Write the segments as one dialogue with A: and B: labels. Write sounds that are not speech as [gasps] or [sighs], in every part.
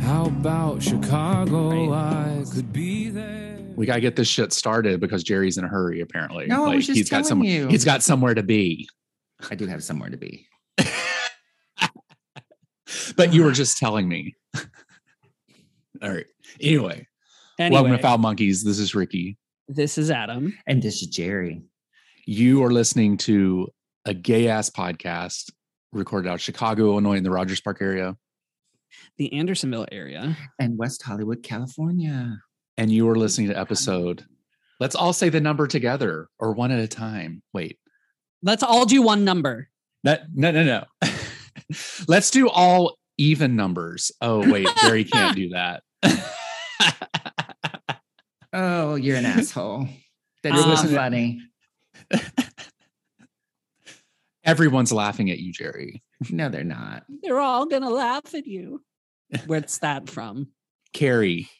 A: How about Chicago? I could be there.
B: We gotta get this shit started because Jerry's in a hurry. Apparently,
C: No, I was just
B: he's got
C: telling
B: some.
C: you.
B: He's got somewhere to be.
C: I do have somewhere to be.
B: [laughs] But you were just telling me. [laughs] All right. Anyway, welcome to
D: Anyway,
B: Foul Monkeys. This is Ricky.
D: this is Adam.
C: And this is Jerry.
B: You are listening to a gay ass podcast recorded out of Chicago, Illinois, in the Rogers Park area,
D: The Andersonville area.
C: And West Hollywood, California.
B: and you are listening to episode. Let's all say the number together or one at a time. Wait,
D: Let's all do one number.
B: that no, no, no. [laughs] Let's do all even numbers. Oh wait, Jerry can't do that. [laughs]
C: Oh, you're an asshole. That's
D: You're
C: not
B: listening-
C: funny.
B: Everyone's laughing at you, Jerry.
C: No, they're not.
D: They're all gonna laugh
C: [laughs]
D: at you. Where's that from?
B: Carrie,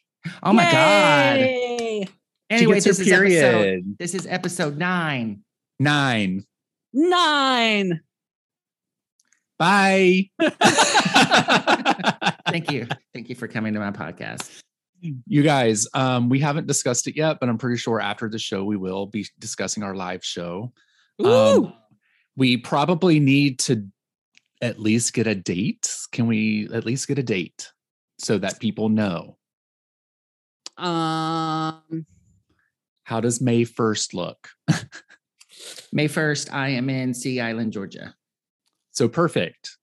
C: Oh my God.
D: Yay!
C: Anyway,
B: she gets
C: this
B: her
C: is episode.
B: period
C: This is episode nine.
B: nine.
D: Nine.
C: [laughs]
B: Bye.
C: Thank you. Thank you for coming to my podcast.
B: you guys um we haven't discussed it yet but i'm pretty sure after the show we will be discussing our live show
D: Ooh.
B: um we probably need to at least get a date can we at least get a date so that people know
D: um
B: how does may 1st look
C: May 1st, I am in Sea Island, Georgia.
B: so perfect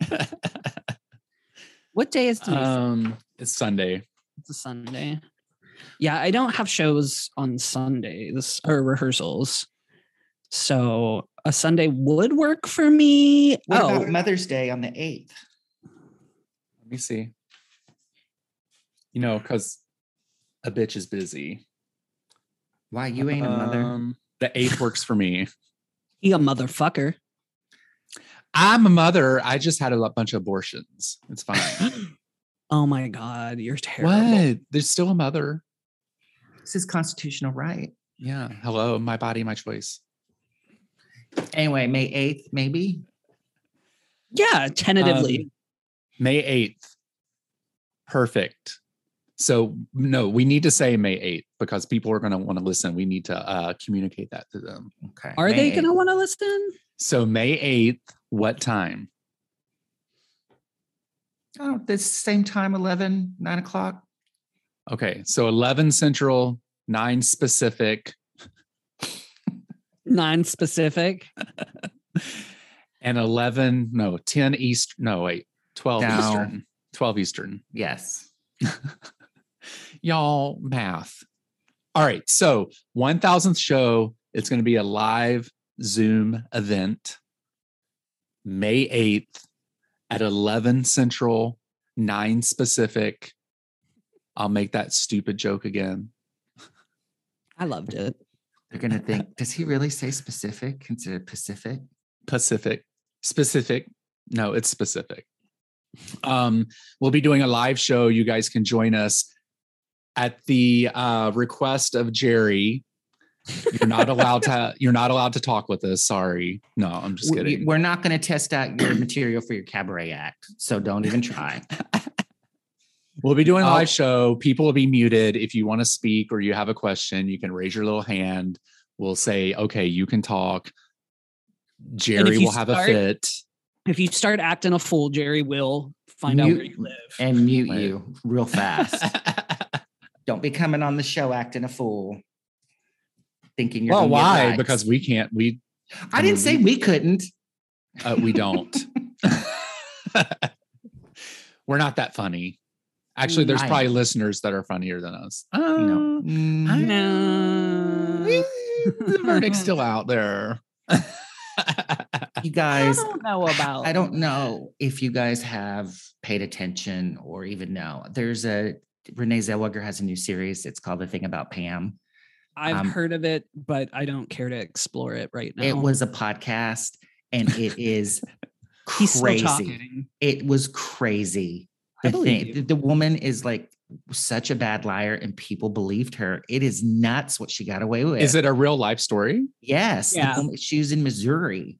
B: [laughs]
D: what day is today?
B: um it's sunday
D: it's a Sunday. Yeah, I don't have shows on Sundays or rehearsals. So a Sunday would work for me.
C: What
D: oh,
C: about Mother's Day on the 8th?
B: let me see you know because a bitch is busy
C: Why you ain't a mother?
B: Um, the eighth works for me
D: he a motherfucker.
B: i'm a mother i just had a lo- bunch of abortions it's fine [gasps]
D: Oh my god, you're terrible.
B: What? There's still a mother.
C: This is constitutional right.
B: Yeah. Hello, my body, my choice.
C: Anyway, May 8th, maybe.
D: Yeah, tentatively.
B: Um, May 8th. Perfect. So no, we need to say May 8th because people are going to want to listen. We need to uh, communicate that to them.
C: Okay.
D: Are
C: Um, May
D: they going to
C: 8th.
D: want to listen?
B: So May 8th, what time?
C: Oh, this same time, 11, 9 o'clock.
B: Okay. So 11 central, 9 specific,
D: Non specific.
B: and 11, no, 10 east. No, wait, 12
C: No.
B: eastern. 12 eastern.
C: Yes.
B: y'all math all right so 1000th show it's going to be a live zoom event may 8th at 11 central 9 specific i'll make that stupid joke again
D: I loved it.
C: They're going to think, does he really say specific? Consider Pacific?
B: pacific specific no it's specific um we'll be doing a live show you guys can join us at the uh request of jerry you're not allowed to [laughs] you're not allowed to talk with us sorry no i'm just
C: W-
B: kidding
C: We're not going to test out your material for your cabaret act. So don't
B: [laughs]
C: even try.
B: we'll be doing a
C: I'll-
B: live show people will be muted if you want to speak or you have a question you can raise your little hand we'll say okay you can talk jerry
D: you
B: will have
D: start-
B: a fit
D: If you start acting a fool, Jerry will find out where
C: Mute-
D: you live.
C: and mute
B: Right.
C: you
B: [laughs]
C: real fast. don't be coming on the show acting a fool, thinking you're.
B: well
C: gonna get
B: why
C: likes.
B: because we can't we
C: I didn't say we couldn't.
B: Uh, we don't.
C: [laughs]
B: We're not that funny. Actually, there's
C: I-
B: probably listeners that are funnier than us. Oh,
C: No. Uh, Mm,
D: No.
B: the verdict's still out there.
C: You
D: I
C: guys,
D: don't know about.
C: I don't know if you guys have paid attention or even know. There's a Renee Zellweger has a new series. It's called The Thing About Pam.
D: I've
C: Um,
D: heard of it, but I don't care to explore it right now.
C: It was a podcast, and it is
D: [laughs] He's still
C: crazy.
D: talking.
C: It was crazy.
D: I
C: The
D: believe
C: thing,
D: you.
C: the, the woman is like such a bad liar, and people believed her. It is nuts what she got away with.
B: Is it a real life story?
C: Yes. the
D: Yeah.
C: woman- she was in Missouri.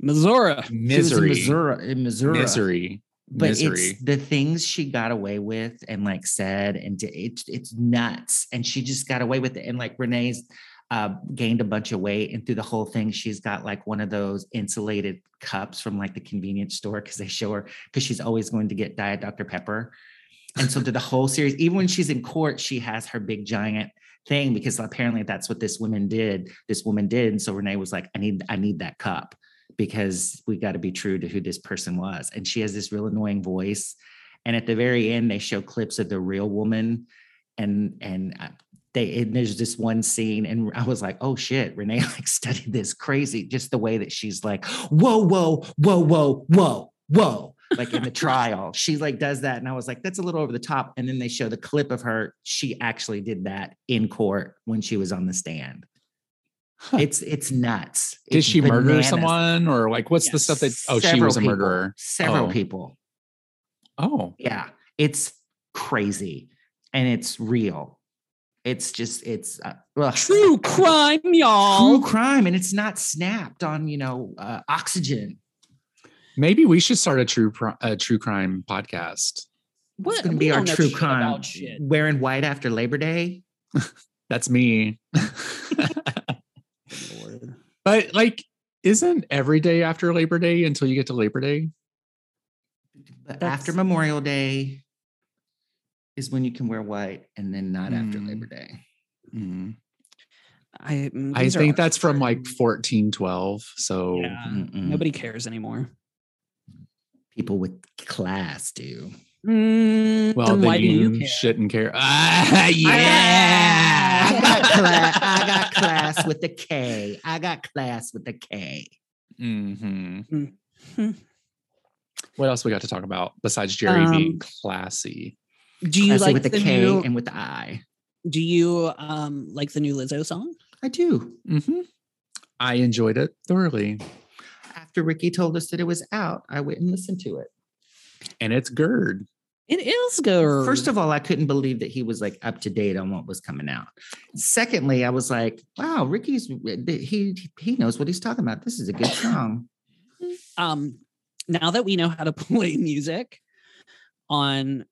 D: Missouri.
C: She was in
B: Misery.
C: Missouri. In Missouri.
B: Misery.
C: But
B: Misery.
C: it's the things she got away with and like said, and di- it's it's nuts. And she just got away with it. And like Renee's uh, gained a bunch of weight, and through the whole thing, she's got like one of those insulated cups from like the convenience store because they show her because she's always going to get Diet Dr Pepper. And so through the whole series, even when she's in court, she has her big giant thing because apparently that's what this woman did. This woman did, and so Renee was like, "I need, I need that cup." because we got to be true to who this person was. And she has this real annoying voice. And at the very end, they show clips of the real woman, and and uh, they and there's this one scene, and I was like, oh shit, Renee [laughs] like studied this crazy, just the way that she's like, whoa, whoa, whoa, whoa, whoa, whoa.
B: [laughs]
C: Like in the trial, she like does that, and I was like, "That's a little over the top." And then they show the clip of her; she actually did that in court when she was on the stand.
B: Huh.
C: It's it's nuts.
B: Did
C: It's
B: she murder
C: bananas.
B: someone or like what's the stuff that? Oh, she
C: Several
B: was a
C: people.
B: murderer.
C: Several
B: Oh.
C: people.
B: Oh,
C: Yeah. It's crazy and it's real. It's just, it's uh, ugh.
D: True crime, y'all.
C: True crime. And it's not snapped on, you know, uh, oxygen.
B: maybe we should start a true pro- a true crime podcast.
D: What?
C: It's going to
D: We
C: be our
D: don't know
C: true
D: shit
C: crime.
D: about shit.
C: Wearing white after Labor Day.
B: That's
C: [laughs]
B: me. but like, isn't every day after Labor Day until you get to Labor Day?
C: But
D: That's-
C: after Memorial Day is when you can wear white and then not after
B: Mm.
C: Labor Day.
D: I, mm,
B: I
D: these are
B: think
D: our
B: that's from like
D: friends.
B: 1412. So
D: Yeah.
C: Mm-mm.
D: Nobody cares anymore.
C: People with class do.
D: Mm,
B: well,
D: then
B: then
D: why do you
B: you,
D: care?
B: shouldn't care. [laughs] Ah, yeah.
C: I got, [laughs] cla- I
B: [laughs]
C: got class with the K. I got class with the K.
B: Mhm.
D: Mhm.
B: What else we got to talk about besides Jerry being
D: Um,
B: classy?
D: Do you
C: Classy
D: like
C: with
D: the,
C: the, K
D: new?
C: and with the I?
D: do you um like the new Lizzo song?
C: I do.
B: Mhm. I enjoyed it thoroughly,
C: After Ricky told us that it was out, I went and listened to it.
B: and it's GERD.
D: It is good.
C: First of all, I couldn't believe that he was like up to date on what was coming out. Secondly, I was like, "Wow, Ricky's he he knows what he's talking about. This is a good song."
D: um now that we know how to [laughs] play music on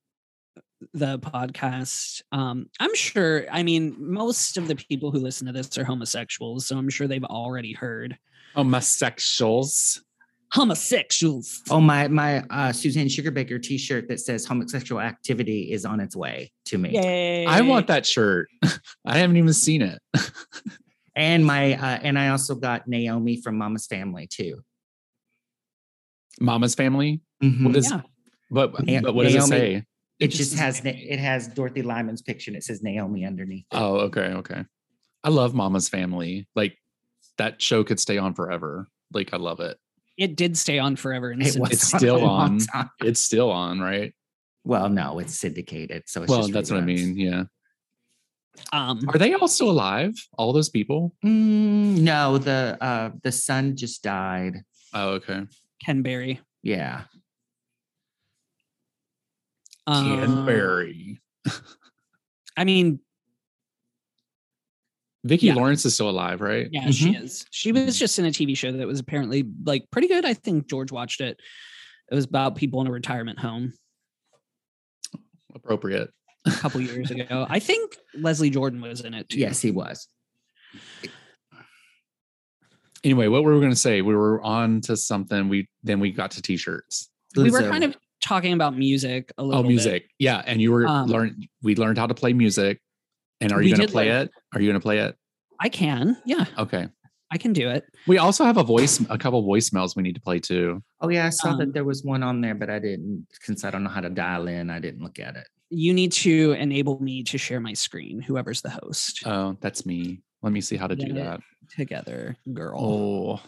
D: the podcast um i'm sure i mean most of the people who listen to this are homosexuals so i'm sure they've already heard
B: Homosexuals.
D: homosexuals
C: Oh my my uh, Suzanne Sugarbaker T-shirt that says homosexual activity is on its way to me.
D: yay
B: I want that shirt. [laughs] I haven't even seen it. [laughs]
C: And my uh, and I also got Naomi from Mama's Family too.
B: Mama's family.
C: Mm-hmm.
B: What is?
D: Mm-hmm. Yeah.
B: But
C: Na-
B: but what does it
C: Naomi-
B: say?
C: It, just, has Na- it has Dorothy Lyman's picture and it says Naomi underneath. it.
B: Oh, okay, okay. I love Mama's Family. Like that show could stay on forever. Like I love it.
D: it did stay on forever and
C: It was
B: it's
C: on
B: still
C: a long
B: on.
C: time.
B: It's still on, right?
C: Well, no, it's syndicated, so it's
B: well,
C: just
B: that's what I
C: reruns.
B: mean. Yeah.
D: um
B: Are they all still alive? All those people?
C: Mm, no, the uh, the son just died.
B: Oh, okay.
D: ken berry
C: Yeah,
D: Um,
B: Canberry.
D: i mean
B: Vicki
D: yeah.
B: Lawrence is still alive, right?
D: yeah she
C: Mm-hmm.
D: is she was just in a tv show that was apparently like pretty good i think george watched it it was about people in a retirement home
B: Appropriate.
D: a couple years ago. I think Leslie Jordan was in it too.
C: yes, he was.
B: Anyway, what were we going to say? We were on to something. We then we got to t-shirts.
D: we were
C: Lizzo.
D: kind of talking about music a little.
B: Oh,
D: bit.
B: music. Yeah, and you were
D: Um,
B: learn. We learned how to play music. And are you
D: We
B: going
D: did
B: to play
D: learn.
B: it? Are you going to play it?
D: I can. Yeah,
B: Okay.
D: I can do it.
B: We also have a voice, a couple voicemails we need to play too.
C: Oh yeah, I saw
D: um,
C: that there was one on there, but I didn't since I don't know how to dial in. I didn't look at it.
D: You need to enable me to share my screen. Whoever's the host,
B: Oh, that's me. Let me see how to do
D: Yeah.
B: that.
D: together, girl.
B: Oh,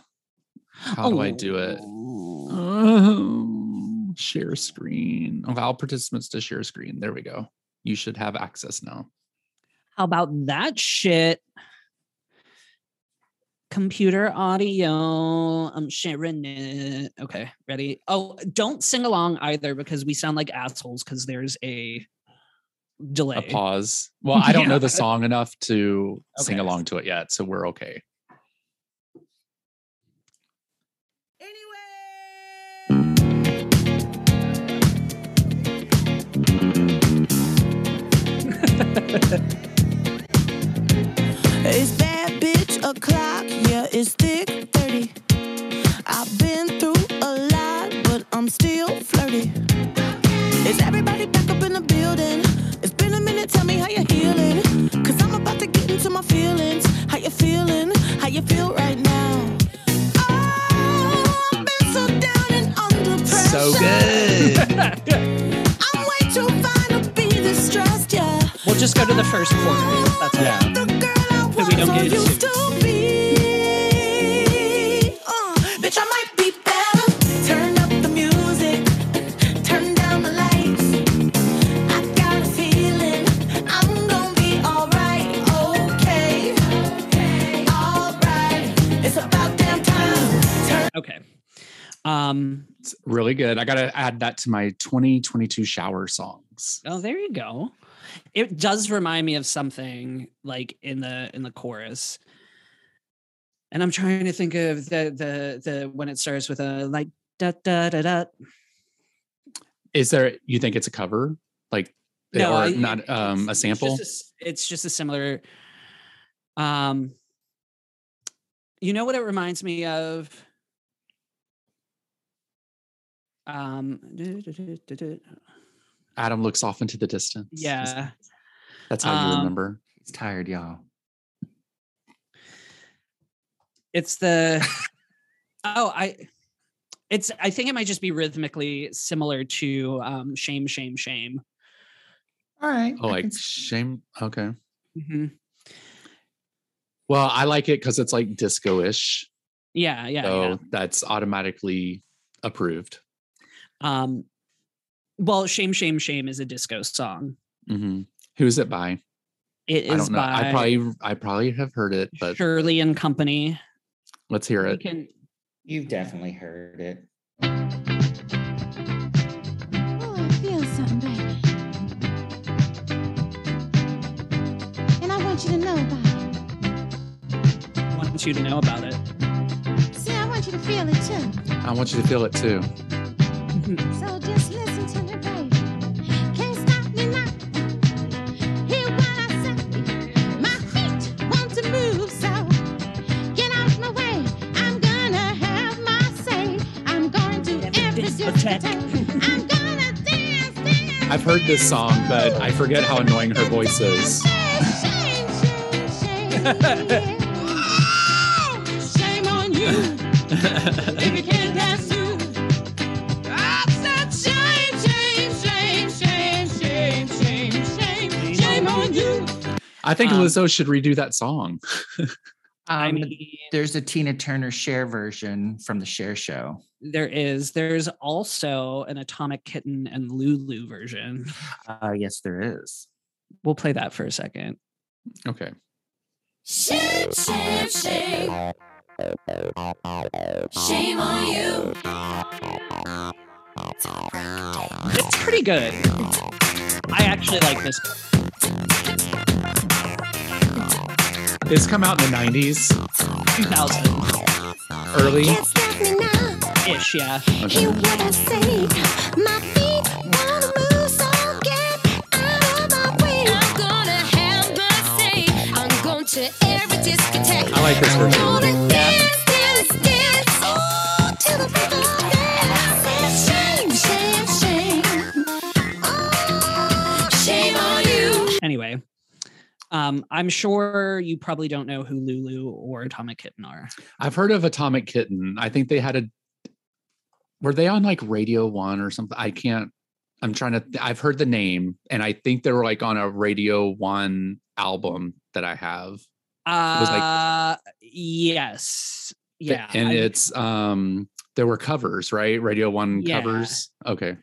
B: how do I do it?
D: Oh.
B: Oh, share screen. Allow participants to share screen. There we go. you should have access now.
D: How about that shit? Computer audio. I'm sharing it. Okay, ready? Oh, don't sing along either because we sound like assholes because there's a delay.
B: A pause. Well, I don't know
D: Yeah.
B: the song enough to sing
D: Okay.
B: along to it yet, so we're okay.
E: It's bad bitch o'clock, yeah, it's thick 30. I've been through a lot, but I'm still flirty. Is everybody back up in the building? It's been a minute, tell me how you're healing. Cause I'm about to get into my feelings. How you feeling? How you feel right now? Oh, I've been so down and under pressure.
B: So good.
E: I'm way too fine to be distressed, yeah.
D: [laughs] We'll just go to the first quarter. That's all.
B: Yeah.
E: The girl I
D: That we don't
E: was or
D: get
E: used to be. Uh, bitch, I might be better. Turn up the music, turn down the lights. I got a feeling I'm gonna be alright, okay, alright. It's about damn time. Turn
D: Okay. Um.
B: It's [laughs] really good. I got to add that to my 2022 shower songs.
D: Oh, there you go. It does remind me of something like in the in the chorus. And I'm trying to think of the the the when it starts with a like da da da da.
B: Is there you think it's a cover? Like or
D: I-
B: not um a
D: it's-
B: sample?
D: It's just a, s- it's just a similar. Um. You know what it reminds me of. Um.
B: Adam looks off into the distance. Is-
D: Yeah.
B: That's how you
D: Um,
B: remember.
C: He's tired, y'all.
D: It's the [laughs] oh I it's I think it might just be rhythmically similar to um shame shame shame.
C: All right.
B: Oh,
C: I
D: [laughs]
B: like
C: can s-
B: shame. Okay.
D: Mhm.
B: Well, I like it because it's like disco-ish.
D: Yeah, yeah,
B: so
D: yeah.
B: that's automatically approved.
D: Um well shame shame shame is a disco song.
B: Mhm. Who is it by?
D: It
B: I
D: Mm-hmm. is
B: don't know.
D: by
B: I probably I probably have heard it, but
D: Shirley and Company.
B: let's hear
D: You
B: it.
D: can
C: you've definitely heard it.
F: Ooh, I feel something, baby. And I want you to know about
D: want you to know about it.
F: it. See, I want you to feel it too.
B: I want you to feel it too.
F: So just listen to me, baby. Can't stop me now. Hear what I say. My feet want to move, so get out my way. I'm gonna have my say. I'm going to every discotheque. I'm gonna dance, dance.
B: I've heard this song, but I forget how annoying her voice is.
F: Oh, Shame on you if you can't dance too. I said shame, shame, shame, shame, shame, shame, shame, shame on you.
B: I think
D: Um,
B: Lizzo should redo that song.
C: Um,
D: I mean
C: there's a Tina Turner share version from the share show.
D: there is there's also an Atomic Kitten and Lulu version.
C: Uh, yes, there is.
D: We'll play that for a second.
B: Okay.
E: Shame, shame, shame. Shame on you.
D: It's pretty good. I actually like this.
B: It's come out in the 90s,
D: 2000
B: early.
F: Can't stop me now.
D: ish, yeah.
F: Hear what I say. My feet wanna move, so get out of my way. I'm gonna have my say. I'm going to every discotheque.
B: I like this
F: I'm
B: version.
F: gonna dance, dance, dance. Ooh, till the break of dawn. I said, shame, shame, shame. Oh, shame on you.
D: Anyway, um, I'm sure you probably don't know who Lulu or Atomic Kitten are.
B: I've heard of Atomic Kitten. I think they had a. Were they on like Radio One or something? I can't. I'm trying to. th- I've heard the name, and I think they were like on a Radio One album that I have. was like-
D: Uh, yes.
B: Th-
D: Yeah.
B: and
D: I-
B: it's um there were covers, right? Radio One
D: Yeah.
B: covers. Okay,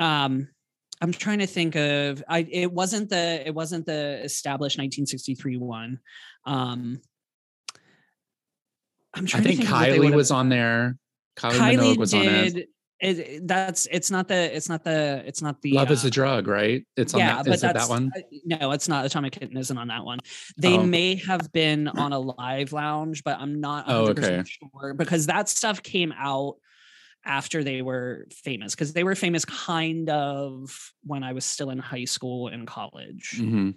D: um, I'm trying to think of I it wasn't the it wasn't the established 1963 one. Um I'm
B: I
D: trying
B: think
D: to think of what they
B: Kylie
D: would've-
B: was on there. Kylie,
D: Kylie
B: Minogue was on it.
D: did it, it- that's it's not the it's not the it's not the
B: Love is
D: uh,
B: a drug, right? It's on that. Is it that one?
D: uh, No, it's not. Atomic Kitten isn't on that one. They
B: Oh.
D: may have been on a live lounge, but I'm not 100%
B: Oh,
D: sure because that stuff came out after they were famous because they were famous kind of when I was still in high school and college.
B: hmm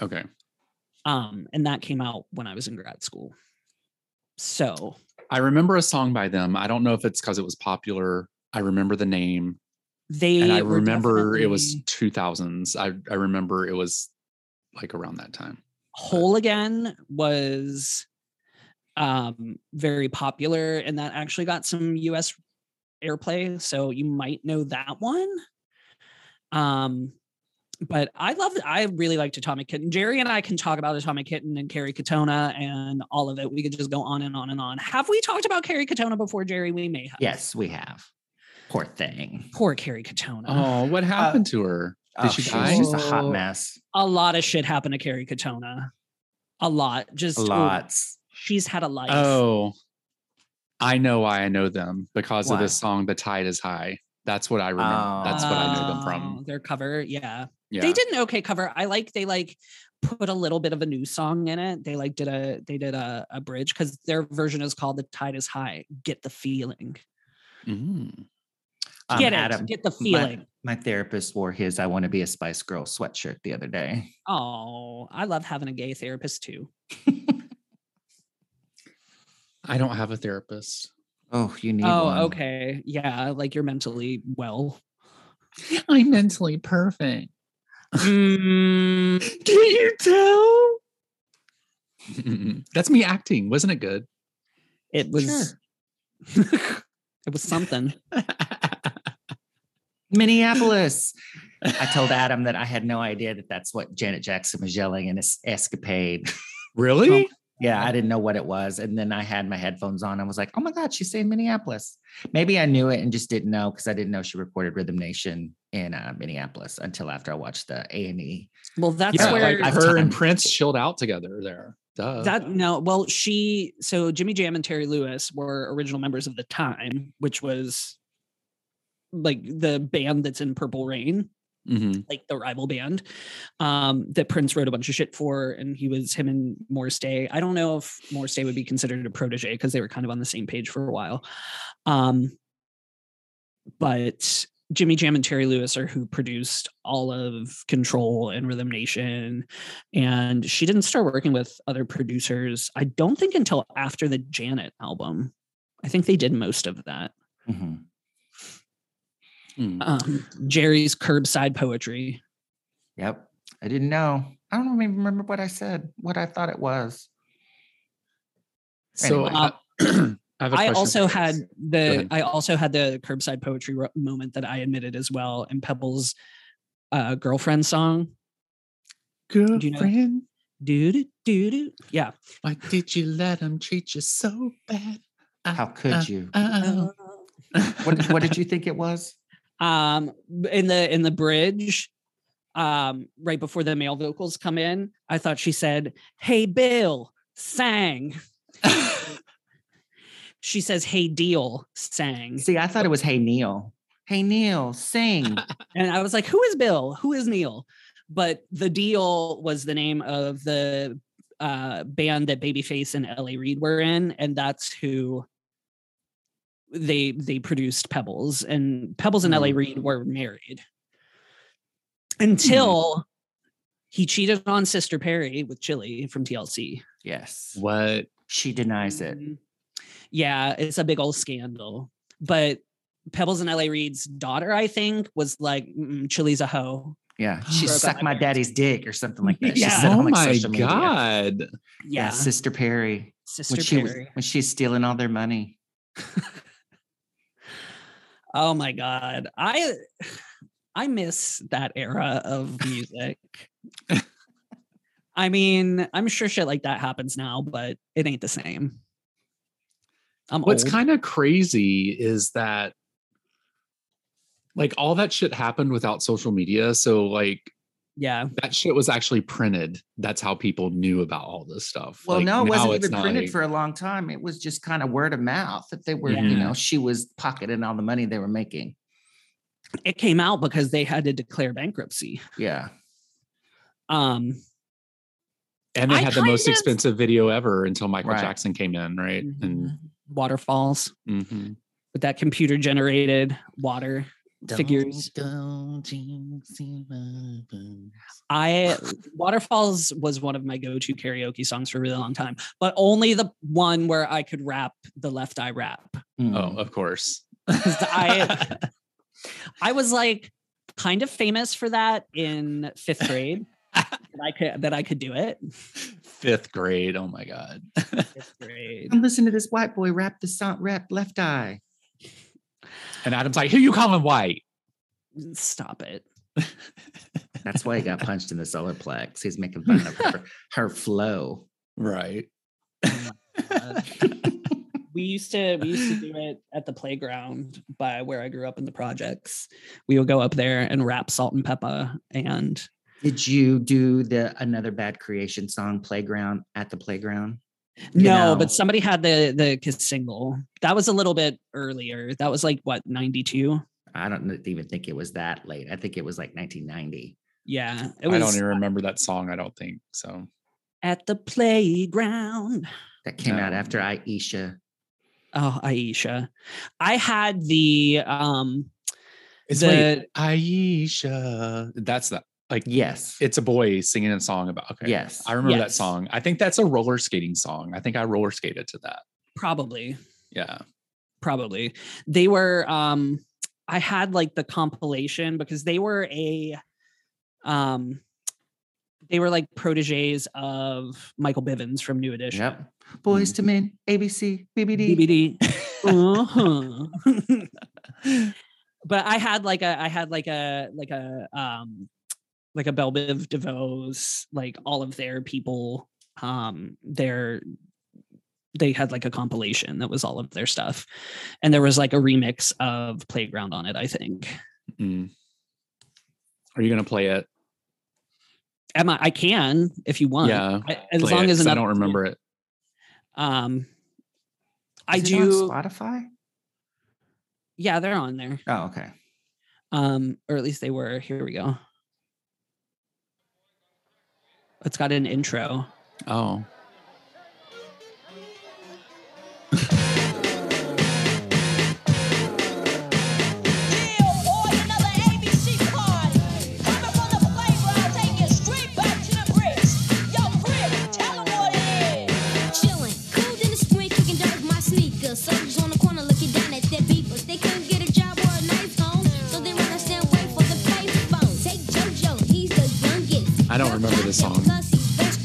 B: Okay.
D: Um, and that came out when I was in grad school. So
B: I remember a song by them. I don't know if it's because it was popular. I remember the name,
D: they
B: and I
D: were
B: remember it was
D: definitely-
B: 2000s. I I remember it was like around that time.
D: Whole Again was um very popular and that actually got some US airplay so you might know that one um but I love I really liked Atomic Kitten. Jerry and I can talk about Atomic Kitten and Carrie Katona and all of it. We could just go on and on and on. Have we talked about Carrie Katona before, Jerry? We may have.
C: Yes, we have. Poor thing.
D: Poor Carrie Katona.
B: Oh, what happened to her? Did
C: Oh,
B: she
C: she's
B: die?
C: just a hot
D: Oh.
C: mess.
D: A lot of shit happened to Carrie Katona. A lot. Just
C: Lots.
D: She's had a life.
B: Oh, I know why I know them because of
C: Why?
B: this song, "The Tide Is High." That's what I remember. That's what I know them
D: Oh,
B: from.
D: Their cover, yeah.
B: Yeah.
D: They did an okay cover. I like they like put a little bit of a new song in it. They like did a they did a, a bridge because their version is called "The Tide Is High." Get the feeling.
B: Mhm.
C: Um,
D: Get it.
C: Adam,
D: Get the
C: my-
D: feeling.
C: My, therapist wore his "I Want to Be a Spice Girl" sweatshirt the other day.
D: oh, I love having a gay therapist too.
B: I don't have a therapist.
C: Oh, you need.
D: Oh,
C: one.
D: okay, yeah. Like you're mentally well.
B: [laughs] I'm mentally perfect. [laughs] Can
D: Mm,
B: you tell? [laughs] That's me acting. Wasn't it good?
D: it was. [laughs] it
B: [laughs]
D: was something.
C: Minneapolis. I [laughs] told Adam that I had no idea that that's what Janet Jackson was yelling in his escapade.
B: Really?
C: yeah, I didn't know what it was, and then I had my headphones on. I was like, "Oh my God, she's saying Minneapolis." Maybe I knew it and just didn't know because I didn't know she recorded Rhythm Nation in uh, Minneapolis until after I watched the A and E.
D: Well, that's
B: yeah,
D: where
B: like
C: I've
B: her and
C: time.
B: Prince chilled out together there. Duh.
D: That no, well, she so Jimmy Jam and Terry Lewis were original members of the time, which was like the band that's in Purple Rain,
B: Mhm.
D: like the rival band um, that Prince wrote a bunch of shit for, and he was him and Morris Day. I don't know if Morris Day would be considered a protege because they were kind of on the same page for a while, um, but. Jimmy Jam and Terry Lewis are who produced all of Control and Rhythm Nation and she didn't start working with other producers i don't think until after the janet album i think they did most of that
C: Mhm.
B: Mm.
D: um, jerry's curbside poetry
C: Yep, I didn't know. I don't even remember what I said, what I thought it was.
B: So
C: anyway.
B: I, I [clears throat] have a
D: i
B: question
D: also
B: for you guys.
D: had
B: Go
D: the
B: ahead.
D: i also had the curbside poetry ro- moment that i admitted as well in pebbles uh, girlfriend song
B: girlfriend.
D: you know- doo doo doo doo yeah
B: Why did you let him treat you so bad?
C: How could
B: uh,
C: [laughs] you?
B: Oh.
C: What, what did you think it was?
D: um in the in the bridge um right before the male vocals come in i thought she said hey bill sang
B: [laughs]
D: she says hey deal sang
C: See, I thought it was Hey Neil. Hey Neil, sing. [laughs]
D: and i was like who is bill who is neil but the deal was the name of the uh band that babyface and la reid were in and that's who they they produced pebbles and pebbles and la
C: Hmm.
D: reid were married until he cheated on sister perry with chili from tlc
C: yes.
B: what?
C: She denies it.
D: Mhm. Yeah, it's a big old scandal. But Pebbles and LA Reid's daughter, I think, was like, "Mm, Chili's a hoe.
C: Yeah. She
D: Broke up
C: sucked
D: my
C: my daddy's dick or something like that.
D: Yeah.
C: She said
B: Oh
C: on like
B: my
C: social media.
B: god!
C: Yeah.
D: Yeah,
C: Sister Perry.
D: Sister
C: when she was-
D: Perry.
C: when she's stealing all their money.
D: Oh my God. I [sighs] I miss that era of music. I mean, I'm sure shit like that happens now, but it ain't the same. I'm
B: What's
D: old.
B: kind of crazy is that like all that shit happened without social media. So like
D: Yeah.
B: that shit was actually printed. That's how people knew about all this stuff.
C: Well,
B: Like,
C: no, it
B: now
C: wasn't
B: it's
C: even
B: not
C: printed
B: like-
C: for a long time. It was just kind of word of mouth that they were, you
B: Yeah.
C: know, she was pocketing all the money they were making.
D: It came out because they had to declare bankruptcy.
C: Yeah.
D: Um,
B: and they
D: I
B: had the
D: kind
B: most
D: of-
B: expensive video ever until Michael
C: Right.
B: Jackson came in, right? And
D: waterfalls
B: mhm.
D: with that computer generated water. Figures.
C: Don't, don't you see my bones?
D: I
C: [laughs]
D: Waterfalls was one of my go-to karaoke songs for a really long time, but only the one where I could rap the left eye rap.
B: oh, of course.
D: I- I was like kind of famous for that in fifth [laughs] grade. that I could that I could do it.
B: [laughs] Fifth grade. Oh my God.
D: Fifth grade.
C: Come listen to this white boy rap the song, rap left eye.
B: And Adam's like, who you calling white?
D: Stop it.
C: That's why he got punched in the solar plex. He's making fun of [laughs] her, her flow.
B: Right.
D: Oh
B: [laughs]
D: We used to we used to do it at the playground by where I grew up in the projects. We would go up there and rap salt and pepper and
C: Did you do the another bad creation song playground at the playground? You
D: no,
C: know.
D: but somebody had the the kiss single. That was a little bit earlier. That was like what 92?
C: I don't even think it was that late. I think it was like 1990.
D: Yeah. It
B: I don't
D: was
B: even remember that song, I don't think. So
D: at the playground.
C: That came out
B: No.
C: after Aisha.
D: Oh, Aisha. I had the um
B: it's
D: the
B: wait, Aisha. That's that. Like
C: Yes.
B: it's a boy singing a song about okay.
C: yes.
B: I remember that
D: Yes.
B: song. I think that's a roller skating song. I think I roller skated to that.
D: probably
B: Yeah.
D: probably they were um i had like the compilation because they were a um they were like proteges of michael bivens from new edition
C: Yep. Mm-hmm. Boys to men, ABC, BBD.
D: DVD. Uh-huh. [laughs] but I had like a I had like a like a um like a Belbiv DeVoe's like all of their people um their they had like a compilation that was all of their stuff and there was like a remix of playground on it i think
B: Mm. Are you gonna play it?
D: am i i can if you want
B: Yeah,
D: I- as
B: Play
D: long
B: it,
D: as
B: 'cause I
D: enough-
B: don't remember it.
D: um i
C: Is it on
D: do
C: Spotify.
D: yeah they're on there
C: Oh, okay.
D: um or at least they were here we go it's got an intro
B: Oh.
F: Soldiers on the corner looking down at their beepers. They couldn't get a job or a knife home, so they wanna stand wait for the payphone. Take JoJo, he's the youngest.
B: I don't remember this song.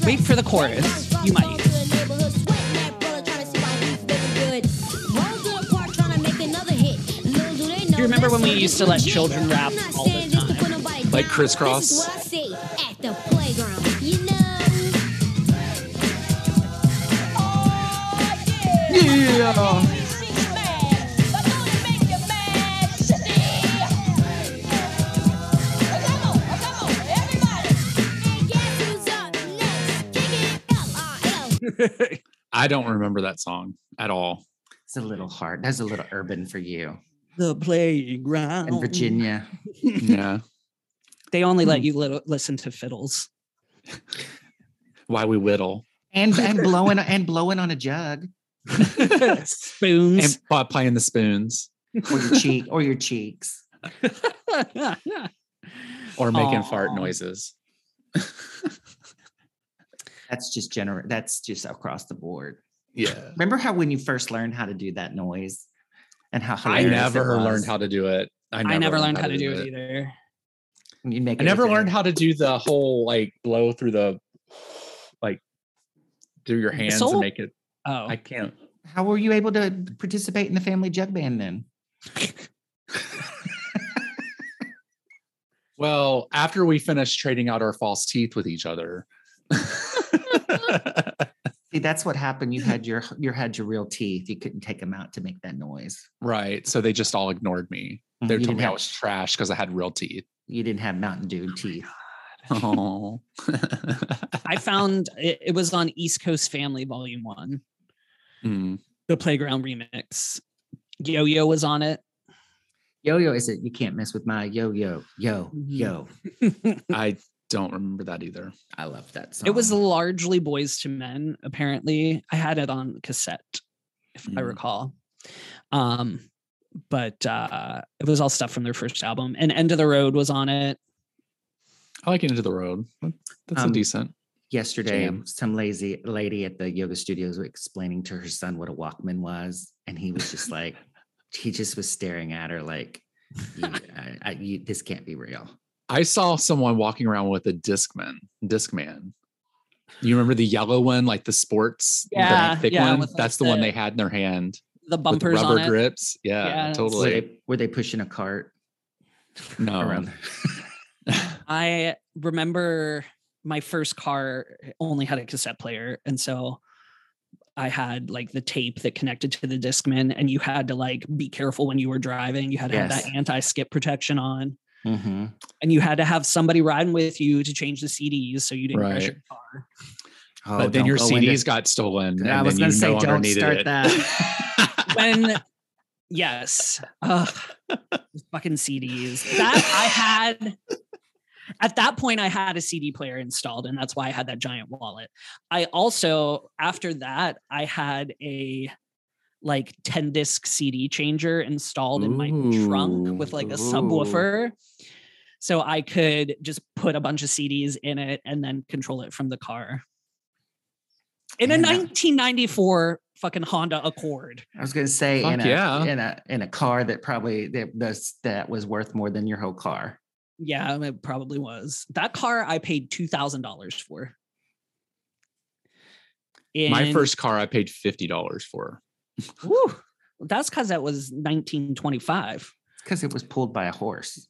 D: Wait for the chorus. You might.
F: Do
D: you remember when we used to let children rap all the time?
B: Like crisscross?
F: at the playground. You know.
C: Yeah.
F: Oh,
B: I don't remember that song at all.
C: It's a little hard. That's a little urban for you
D: the playground
C: in Virginia.
D: [laughs]
B: Yeah.
D: they only let you lit- listen to [laughs] fiddles
B: Why we
D: [laughs]
B: whittle.
C: And and blowing and blowing on a jug
D: spoons
B: And by playing the spoons
C: or your cheek or your cheeks.
D: [laughs]
B: or making fart
D: Aw.
B: noises.
C: That's just general. That's just across the board.
B: Yeah.
C: Remember how when you first learned how to do that noise, and how
B: I
C: hilarious it
B: never
C: was?
B: learned how to do it. I never,
D: i never learned how to do it either
C: You make
B: I never
C: everything-
B: learned how to do the whole like blow through the like do your hands
D: Whistle?
B: and make it.
D: oh
B: I can't.
C: How were you able to participate in the family jug band then?
B: Well, after we finished trading out our false teeth with each other,
C: See, that's what happened. You had your you had your real teeth. You couldn't take them out to make that noise.
B: [laughs] Right. So they just all ignored me. They
C: You
D: Mm,
B: told
C: didn't
B: me I
C: have-
B: was trash because I had real
D: [laughs]
B: teeth.
C: You didn't have Mountain Dew teeth.
B: Oh. [laughs]
D: I found it, it was on East Coast Family Volume One,
B: Mm.
D: the Playground Remix. Yo Yo was on it.
C: Yo yo is it? You can't mess with my yo yo yo
D: Mhm.
C: yo.
B: I don't remember that either.
C: I love that song.
D: It was largely boys to men, apparently. I had it on cassette, if I
B: Mm.
D: recall. Um, but uh, it was all stuff from their first album, and End of the Road was on it.
B: Hmm, I like Into the Road. That- That's
C: Um,
B: a decent.
C: yesterday.
B: Jam.
C: Some lazy lady at the yoga studios was explaining to her son what a Walkman was, and he was
B: [laughs]
C: just like, he just was staring at her like, you, I, I, you, this can't be real.
B: I saw someone walking around with a Discman. Discman. You remember the yellow one, like the sports, the
D: Yeah,
B: thick
D: yeah,
B: one?
D: with, like,
B: That's the one
D: the
B: they had in their hand
D: The
B: with
D: bumpers on
B: rubber
D: it.
B: grips. Yeah,
D: Yes.
C: Were
B: totally.
C: they, were they pushing a cart
B: No.
C: around?
D: I remember my first car only had a cassette player, and so I had like the tape that connected to the discman, and you had to like be careful when you were driving. You had to have
C: Yes.
D: that anti-skip protection on,
C: hmm
D: and you had to have somebody riding with you to change the CDs so you didn't crash your
B: Right.
D: car.
B: but
C: Oh,
B: then
C: don't
B: your
C: go into-
B: CDs got stolen.
C: I
B: and
C: was
B: then
C: gonna
B: you
C: say,
B: no longer
C: don't
B: needed
C: start
B: it.
D: When yes, ugh, those fucking CDs that I had. At that point, I had a CD player installed, and that's why I had that giant wallet. I also, after that, I had a like 10 disc CD changer installed in my
B: Ooh,
D: trunk with like a subwoofer. So I could just put a bunch of CDs in it and then control it from the car. In a
C: Yeah.
D: 1994 fucking Honda Accord.
C: I was gonna say
B: Fuck
C: in a
B: yeah.
C: in a in a car that probably that that's- that was worth more than your whole car.
D: Yeah, it probably was. That car I paid $2,000 for.
B: [laughs] My
D: In-
B: first car I paid $50 for.
D: Whew. That's because that was [laughs] 1925.
C: because it was pulled by a horse.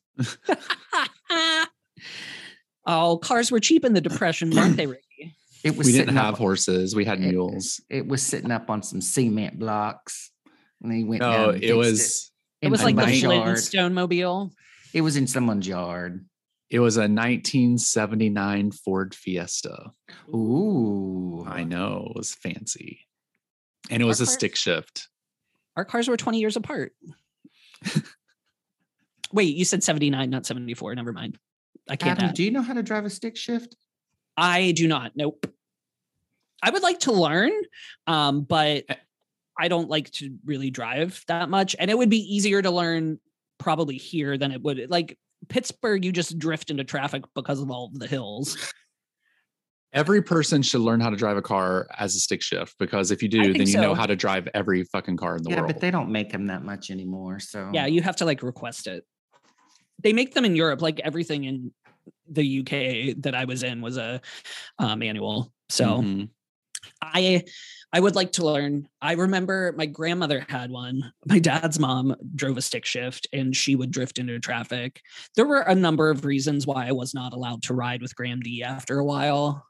D: oh, cars were cheap in the Depression, weren't
B: [clears throat]
D: they, Ricky?
C: It was
B: We didn't
C: sitting
B: have
C: up,
B: horses, we had
C: It-
B: mules.
C: It was sitting up on some cement blocks, and he went. down
B: No,
C: and
B: it
C: fixed
B: was
D: It was
C: in
D: like the
C: someone's yard.
D: Flintstone mobile.
C: It was in someone's yard.
B: it was a 1979 Ford Fiesta.
C: Ooh,
B: I know, it was fancy. And it was a
D: cars-
B: stick shift.
D: Our cars were 20 years
B: [laughs]
D: apart. Wait, you said 79, not 74. Never mind. I can't.
C: Adam,
D: add.
C: do you know how to drive a stick shift?
D: I do not. Nope. I would like to learn, um, but
B: Eh.
D: I don't like to really drive that much. And it would be easier to learn probably here than it would like Pittsburgh. You just drift into traffic because of all the hills.
B: Every person should learn how to drive a car as a stick shift because if you do,
D: think
B: then you know
D: so.
B: how to drive every fucking car in the
C: yeah,
B: world.
C: but they don't make them that much anymore. So
D: Yeah, you have to like request it. They make them in Europe. Like everything in the UK that I was in was a uh, manual. So.
B: Mhm.
D: I I would like to learn. I remember my grandmother had one. My dad's mom drove a stick shift and she would drift into traffic. There were a number of reasons why I was not allowed to ride with Graham D after
B: [laughs]
D: a while.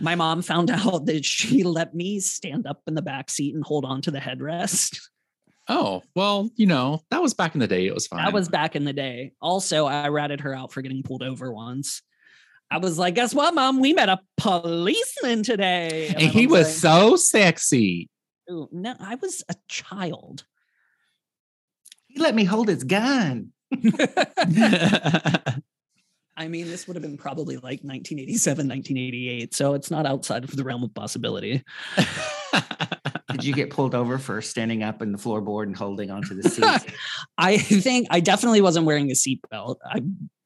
D: my mom found out that she let me stand up in the back seat and hold on to the headrest.
B: Oh, well, you know, that was back in the day. It was fine.
D: That was back in the day. Also, I ratted her out for getting pulled over once. I was like, guess what, mom? We met a policeman today.
B: and
D: my
B: he
D: mom's
B: was
D: like,
B: so sexy.
D: Ooh, no, I was a child. [laughs]
C: he let me hold his gun.
D: I mean, this would have been probably like 1987, 1988. So it's not outside of the realm of possibility.
B: [laughs]
C: Did you get pulled over for standing up in the floorboard and holding onto
D: [laughs]
C: the seat?
D: I [laughs] think I definitely wasn't wearing a seatbelt, I-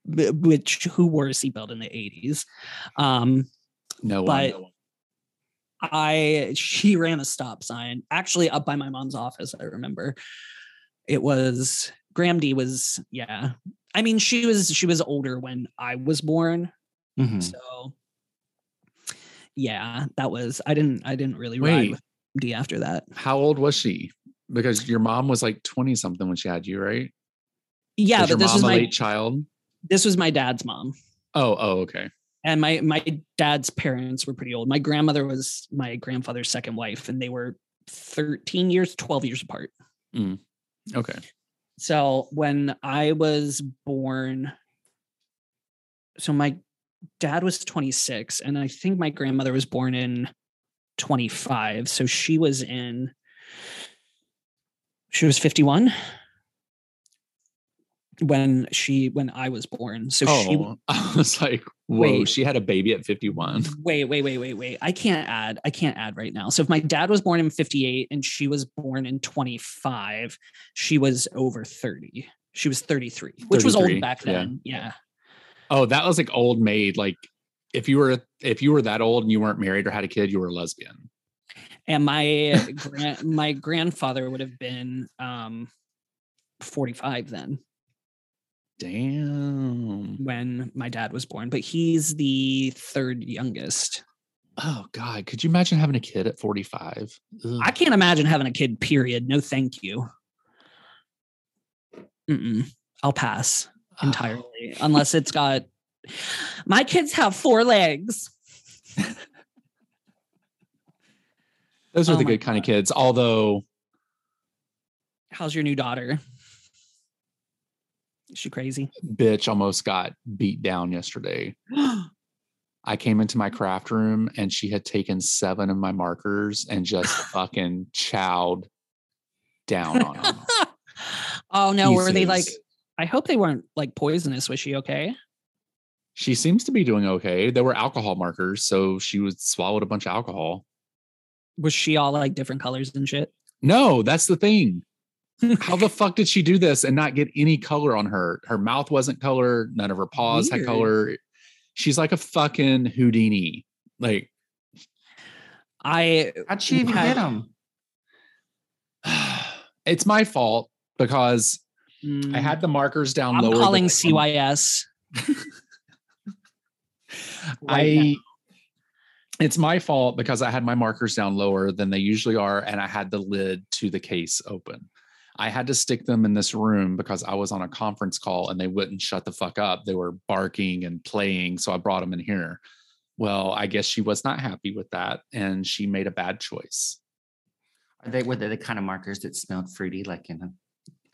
D: which who wore a seatbelt in the 80s? Um,
B: no
D: But-
B: one.
D: I she ran a stop sign actually up by my mom's office. I remember it was Graham D was yeah. I mean, she was she was older when I was born,
B: Hmm.
C: Mhm.
D: So yeah, that was I didn't I didn't really
B: Wait.
D: ride with D after that.
B: How old was she? Because your mom was like 20 something when she had you, right?
D: Yeah,
B: was your
D: but this
B: mom
D: was
B: a
D: my
B: late child?
D: this was my dad's mom.
B: Oh, oh, okay.
D: and my my dad's parents were pretty old. My grandmother was my grandfather's second wife, and they were 13 years, 12 years apart.
B: Okay.
D: So when I was born, so my dad was 26, and I think my grandmother was born in 25. So she was in, she was 51 when she when I was born. So she
B: oh, [laughs] I was like, whoa,
D: Wait.
B: she had a baby at 51.
D: Wait, wait, wait, wait, wait. I can't add. I can't add right now. So if my dad was born in 58 and she was born in 25, she was over 30. She was 33, which was
B: 33,
D: old back
B: yeah.
D: then. Yeah.
B: Oh, that was like old maid. Like if you were if you were that old and you weren't married or had a kid, you were a lesbian.
D: And my grand, my grandfather would have been um 45 then
B: Damn.
D: when my dad was born, but he's the third youngest.
B: Oh God. Could you imagine having a kid at 45? Ugh.
D: I can't imagine having a kid, period. No, thank you. Mm-mm. I'll pass.
B: [sighs]
D: entirely unless it's got my kids have four legs
B: Those are
D: Oh
B: the
D: my
B: good kind of kids. Although
D: how's your new daughter is she crazy
B: bitch almost got beat down
D: [gasps]
B: yesterday. I came into
D: Mm.
B: my craft room and she had taken seven of my markers and just fucking chowed down
D: [laughs]
B: on them.
D: oh no were they like
B: Pieces.
D: i hope they weren't like poisonous was she okay
B: She seems to be doing okay. There were alcohol markers, so she was swallowed a bunch of alcohol.
D: was she all like different colors and shit
B: No, that's the thing. How the fuck did she do this and not get any color on her? Her mouth wasn't color. None of her paws had
D: Weird.
B: color. She's like a fucking Houdini. Like [sighs]
D: i
C: How'd she even
D: Right.
C: get them?
B: it's my fault because I
D: mm,
B: had the markers down
D: i'm
B: lower. than
D: calling
B: I-
D: cys right
B: I it's my fault because I had my markers down lower than they usually are, and I had the lid to the case open. I had to stick them in this room because I was on a conference call and they wouldn't shut the fuck up. They were barking and playing, so I brought them in here. Well, I guess she was not happy with that, and she made a bad choice.
C: Are they were they the kind of markers that smelled fruity, like in a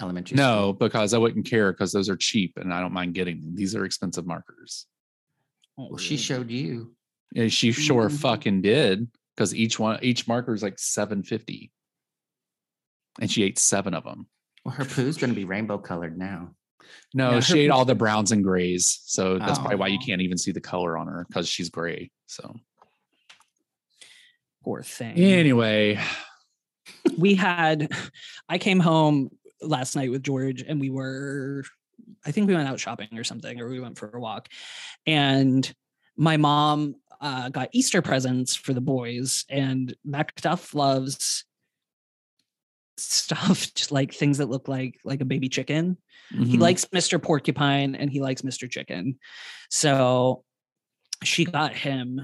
C: elementary?
B: No, because I wouldn't care because those are cheap and I don't mind getting them. These are expensive markers.
C: School? Well, she showed you.
B: And she sure
D: Mhm.
B: fucking did because each one, each marker is like seven fifty, and she ate seven of them.
C: Well, her poo's going to be rainbow colored now.
B: No,
D: Yeah, her-
B: she ate all the browns and grays, so that's probably why you
C: Oh.
B: can't even see the color on her because she's gray. So
D: poor thing
B: anyway,
D: we had i came home last night with george and we were i think we went out shopping or something or we went for a walk and my mom uh, got easter presents for the boys and macduff loves stuff [laughs] just like things that look like like a baby chicken he
B: mhm.
D: likes Mr. Porcupine and he likes Mr. Chicken. So she got him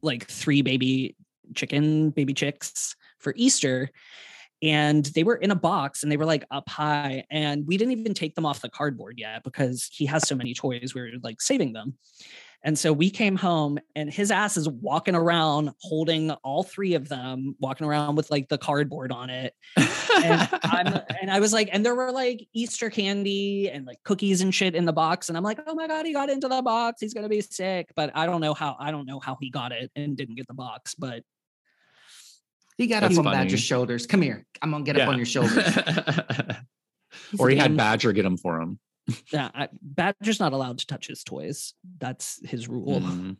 D: like three baby chicken, baby chicks for Easter. And they were in a box and they were like up high. And we didn't even take them off the cardboard yet because he has so many toys. We were like saving them. And so we came home and his ass is walking around holding all three of them, walking around with like the cardboard on it
B: mm-hmm. [laughs]
D: and I'm and I was like, and there were like Easter candy and like cookies and shit in the box. And I'm like, oh my god, he got into the box. He's gonna be sick. But I don't know how I don't know how he got it and didn't get the box. But
C: He got
B: That's
C: up on
B: funny.
C: Badger's shoulders. Come here. I'm going to get up
B: Yeah.
C: on your shoulders.
B: [laughs] or he had
D: Damn.
B: Badger get them for him.
D: yeah, I, Badger's not allowed to touch his toys. That's his rule. [laughs]
B: Mhm.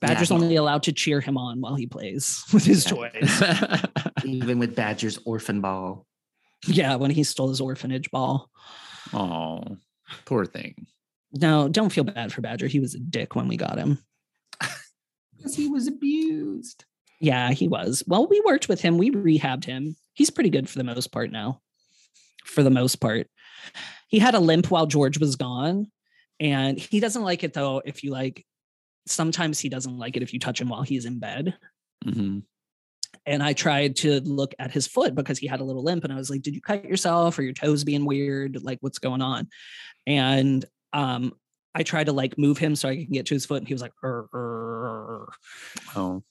D: Badger's
C: Yeah.
D: only allowed to cheer him on while he plays [laughs] with his toys.
B: [laughs]
C: even with Badger's orphan ball.
D: yeah, when he stole his orphanage ball.
B: Oh, poor thing.
D: No, don't feel bad for Badger. He was a dick when we got him.
C: Because he was abused.
D: Yeah, he was. Well, we worked with him. We rehabbed him. He's pretty good for the most part now. For the most part, he had a limp while George was gone, and he doesn't like it though. If you like, sometimes he doesn't like it if you touch him while he's in bed.
B: Mhm.
D: And I tried to look at his foot because he had a little limp, and I was like, "Did you cut yourself? Or your toes being weird? Like, what's going on?" And um, I tried to like move him so I can get to his foot, and he was like, "Er, er, er, er."
B: Oh,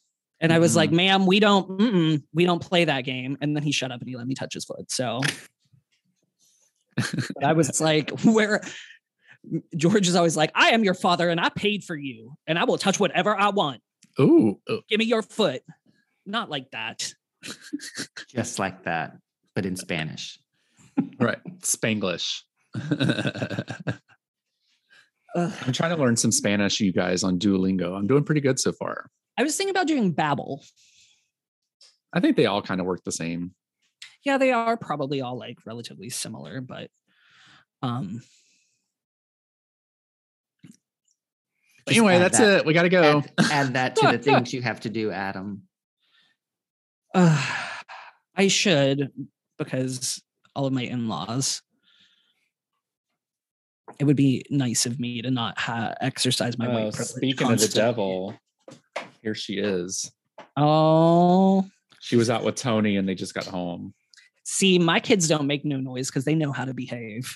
D: and I was like, "Ma'am, we don't, mm-mm, we don't play that game." And then he shut up and he let me touch his foot. So But I was like, "Where?" George is always like, "I am your father, and I paid for you, and I will touch whatever I want.
B: ooh,
D: Give me your foot." Not like that.
C: just like that, but in Spanish.
B: right, [laughs] Spanglish. I'm trying to learn some Spanish, you guys, on Duolingo. I'm doing pretty good so far.
D: I was thinking about doing Babel.
B: I think they all kind of work the same.
D: Yeah, they are probably all like relatively similar, but um,
C: Just
B: anyway,
C: add
B: that's
C: that-
B: it. We got to go.
C: Add, add
B: [laughs]
C: that to the things you have to do, Adam.
D: uh, [sighs] I should because all of my in-laws. It would be nice of me to not ha- exercise my
B: Oh,
D: white privilege.
B: speaking of the
D: constantly.
B: devil, here she is.
D: Oh,
B: She was out with Tony, and they just got home.
D: see, my kids don't make no noise because they know how to behave.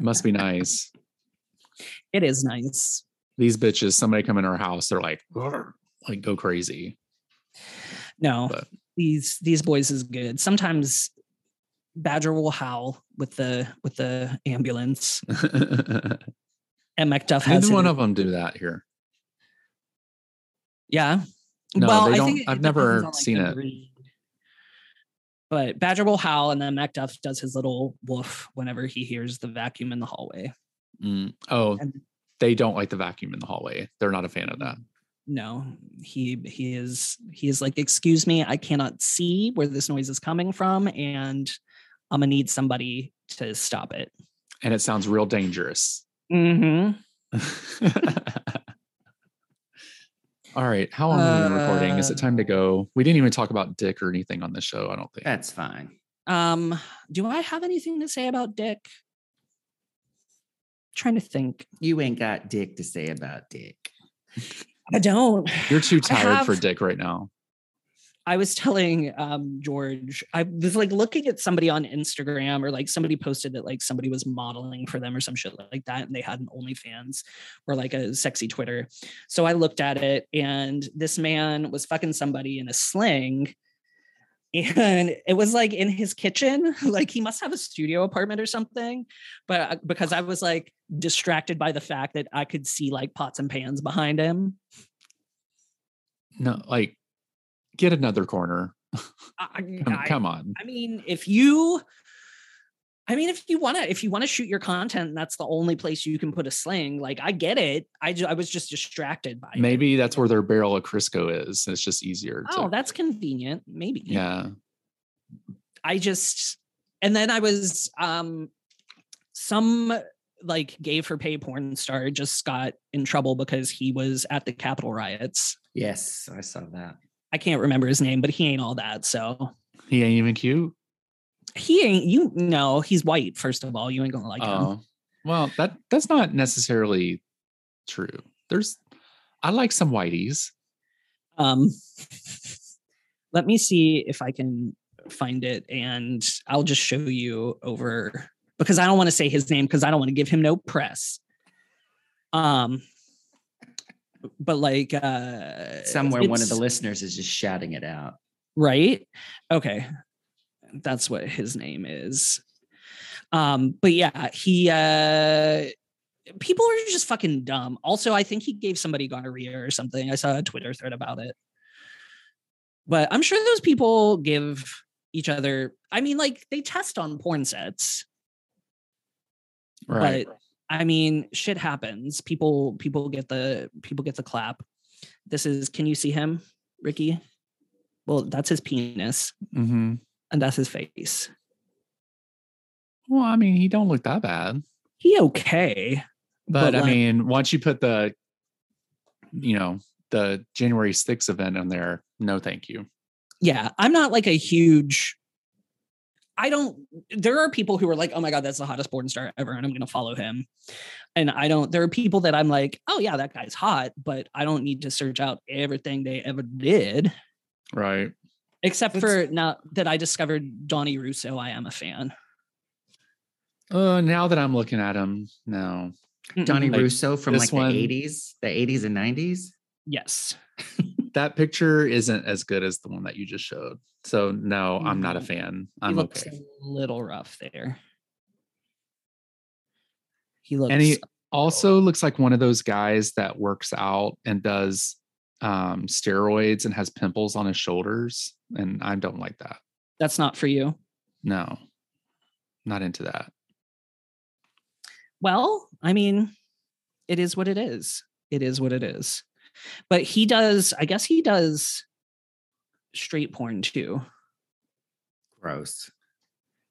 B: Must be nice.
D: It is nice.
B: These bitches. Somebody come in our house. They're like, "Grr," like go crazy.
D: No,
B: But-
D: these these boys is good. Sometimes Badger will howl with the with the ambulance,
B: Neither
D: and MacDuff has his-
B: one of them do that here.
D: Yeah.
B: No,
D: well,
B: they
D: I
B: don't-
D: think it
B: I've
D: depends
B: never
D: on, like,
B: seen
D: the
B: it.
D: breed. But Badger will howl, and then MacDuff does his little woof whenever he hears the vacuum in the hallway.
B: Mm. Oh,
D: And-
B: they don't like the vacuum in the hallway. They're not a fan of that.
D: No, he he is he is like, excuse me, I cannot see where this noise is coming from, and I'm gonna need somebody to stop it.
B: And it sounds real
D: [laughs]
B: dangerous.
D: Mm-hmm.
B: All right. How long have we been recording? Is it time to
D: Uh,
B: go? We didn't even talk about dick or anything on this show, I don't think.
C: That's fine.
D: Um, do I have anything to say about Dick? trying to think.
C: You ain't got dick to say about dick.
D: I don't.
B: You're too
D: [sighs] I
B: tired for
D: have-
B: dick right now.
D: I was [laughs] telling um, George, I was like looking at somebody on Instagram or like somebody posted that like somebody was modeling for them or some shit like that. And they had an OnlyFans or like a sexy Twitter. So I looked at it and this man was fucking somebody in a sling. [laughs] And it was like in his kitchen. [laughs] Like he must have a studio apartment or something. But I- because I was like distracted by the fact that I could see like pots and pans behind him,
B: No, like get another corner.
D: I,
B: Come,
D: I-
B: come on.
D: I mean, if you, I mean, if you want to, if you want to shoot your content, and that's the only place you can put a sling. Like, I get it. I ju- I was just distracted by it.
B: Maybe that's where their barrel of Crisco is. It's just easier.
D: Oh,
B: to,
D: that's convenient. Maybe.
B: yeah.
D: I just, and then I was, um, some like gay for pay porn star just got in trouble because he was at the Capitol riots.
C: Yes, I saw that.
D: I can't remember his name, but he ain't all that. So
B: He ain't even cute.
D: he ain't, you know, he's white, first of all. You ain't gonna like him.
B: Oh, well, that that's not necessarily true. There's, I like some whiteys.
D: Um, let me see if I can find it and I'll just show you over because I don't want to say his name because I don't want to give him no press. Um, but like, uh,
C: Somewhere one of the
D: it's-
C: listeners is just shouting
B: [laughs]
C: it out.
D: right? Okay. That's what his name is. Um, but yeah, he uh people are just fucking dumb. Also, I think he gave somebody gonorrhea or something. I saw a Twitter thread about it. But I'm sure those people give each other I mean, like they test on porn sets,
B: Right.
D: but I mean, shit happens. People people get the people get the clap. This is can you see him, Ricky? Well, that's his penis.
B: mm-hmm.
D: and that's his face.
B: Well, I mean, he don't look that bad,
D: He okay.
B: but,
D: But
B: I
D: like-
B: mean, once you put the, you know, the January 6th event on there, no, thank you.
D: Yeah, I'm not like a huge. I don't. There are people who are like, "Oh my god, that's the hottest porn star ever," and I'm going to follow him. And I don't. There are people that I'm like, "Oh yeah, that guy's hot," but I don't need to search out everything they ever did,
B: Right.
D: except for now that I discovered Donnie Russo. I am a fan.
B: Uh, now that I'm looking at him, no,
C: Donnie
B: Like,
C: Russo from
B: this
C: like
B: one-
C: the 80s, the 80s and 90s.
D: Yes.
B: That picture isn't as good as the one that you just showed. So no, I'm not a
D: Mhm.
B: fan.
D: he
B: I'm
D: looks
B: okay.
D: a little rough there. He looks
B: And he also looks like one of those guys that works out and does um steroids and has pimples on his shoulders. And I don't like that.
D: that's not for you.
B: No. Not into that.
D: Well, I mean, it is what it is. It is what it is. But he does, I guess he does straight porn too.
C: Gross.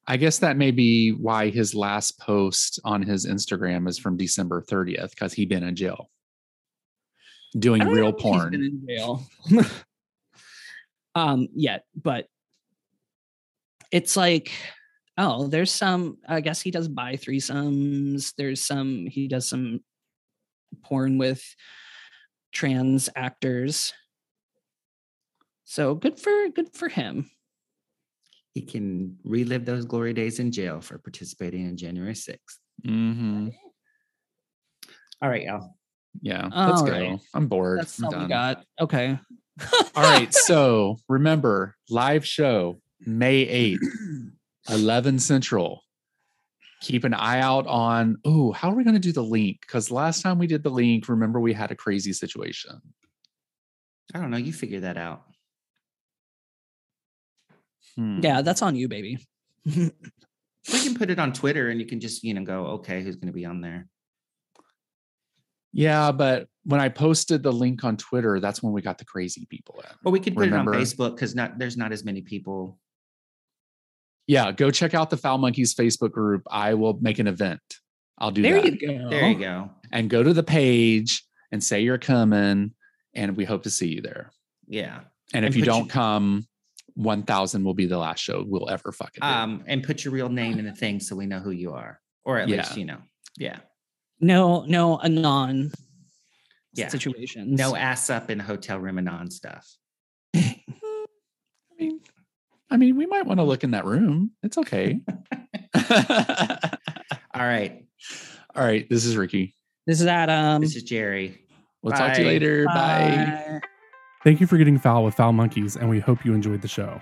B: I guess that may be why his last post on his Instagram is from December 30th, because he been in jail doing
D: I don't
B: real
D: know if he's been
B: porn.
D: in jail. [laughs] um, yet, but it's like, oh, there's some. I guess he does buy threesomes. There's some. He does some porn with trans actors. So good for good for him.
C: He can relive those glory days in jail for participating in January 6th.
B: hmm
C: All right, y'all.
B: Yeah, let's
D: All
B: go.
D: right.
B: I'm bored.
D: That's
B: I'm
D: all we
B: done.
D: got. [laughs] Okay.
B: All right. So remember, live show May
D: [clears throat]
B: 8th, 11 Central. Keep an eye out on, oh, how are we going to do the link? Because last time we did the link, remember we had a crazy situation.
C: I don't know. You figure that out.
B: Hmm.
D: Yeah, that's on you, baby.
C: We can put it on Twitter and you can just, you know, go, okay, who's going to be on there?
B: Yeah, but when I posted the link on Twitter, that's when we got the crazy people in.
C: Or we could put
B: Remember-
C: it on Facebook because not there's not as many people.
B: Yeah, go check out the Foul Monkeys Facebook group. I will make an event. I'll do
D: There
B: that.
D: you go.
C: There you go.
B: And go to the page and say you're coming, and we hope to see you there.
C: Yeah.
B: And, if
C: And
B: you
C: put
B: don't
C: your-
B: come, 1000 will be the last show we'll ever fucking do.
C: Um, and put your real name in the thing so we know who you are. Or at
B: Yeah.
C: least, you know. Yeah.
D: No, no, a non
C: Yeah.
D: situations.
C: No ass up in the hotel room and on stuff.
B: I mean, I mean, we might want to look in that room. It's okay. [laughs]
C: All right.
B: All right, this is Ricky.
D: This is
B: Um,
D: Adam.
C: This is Jerry.
B: We'll talk to you
C: Bye.
B: later. Bye.
D: Bye.
G: Thank you for getting foul with Foul Monkeys, and we hope you enjoyed the show.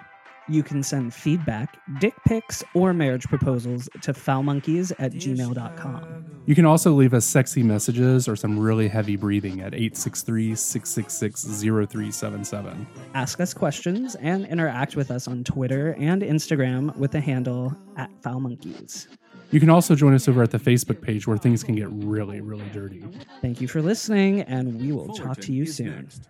D: You can send feedback, dick pics, or marriage proposals to foulmonkeys at gmail.com.
G: You can also leave us sexy messages or some really heavy breathing at 863 666 0377.
D: Ask us questions and interact with us on Twitter and Instagram with the handle at foulmonkeys.
G: You can also join us over at the Facebook page where things can get really, really dirty.
D: Thank you for listening, and we will talk to
H: Fullerton
D: you
H: is
D: soon.
H: next.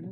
A: a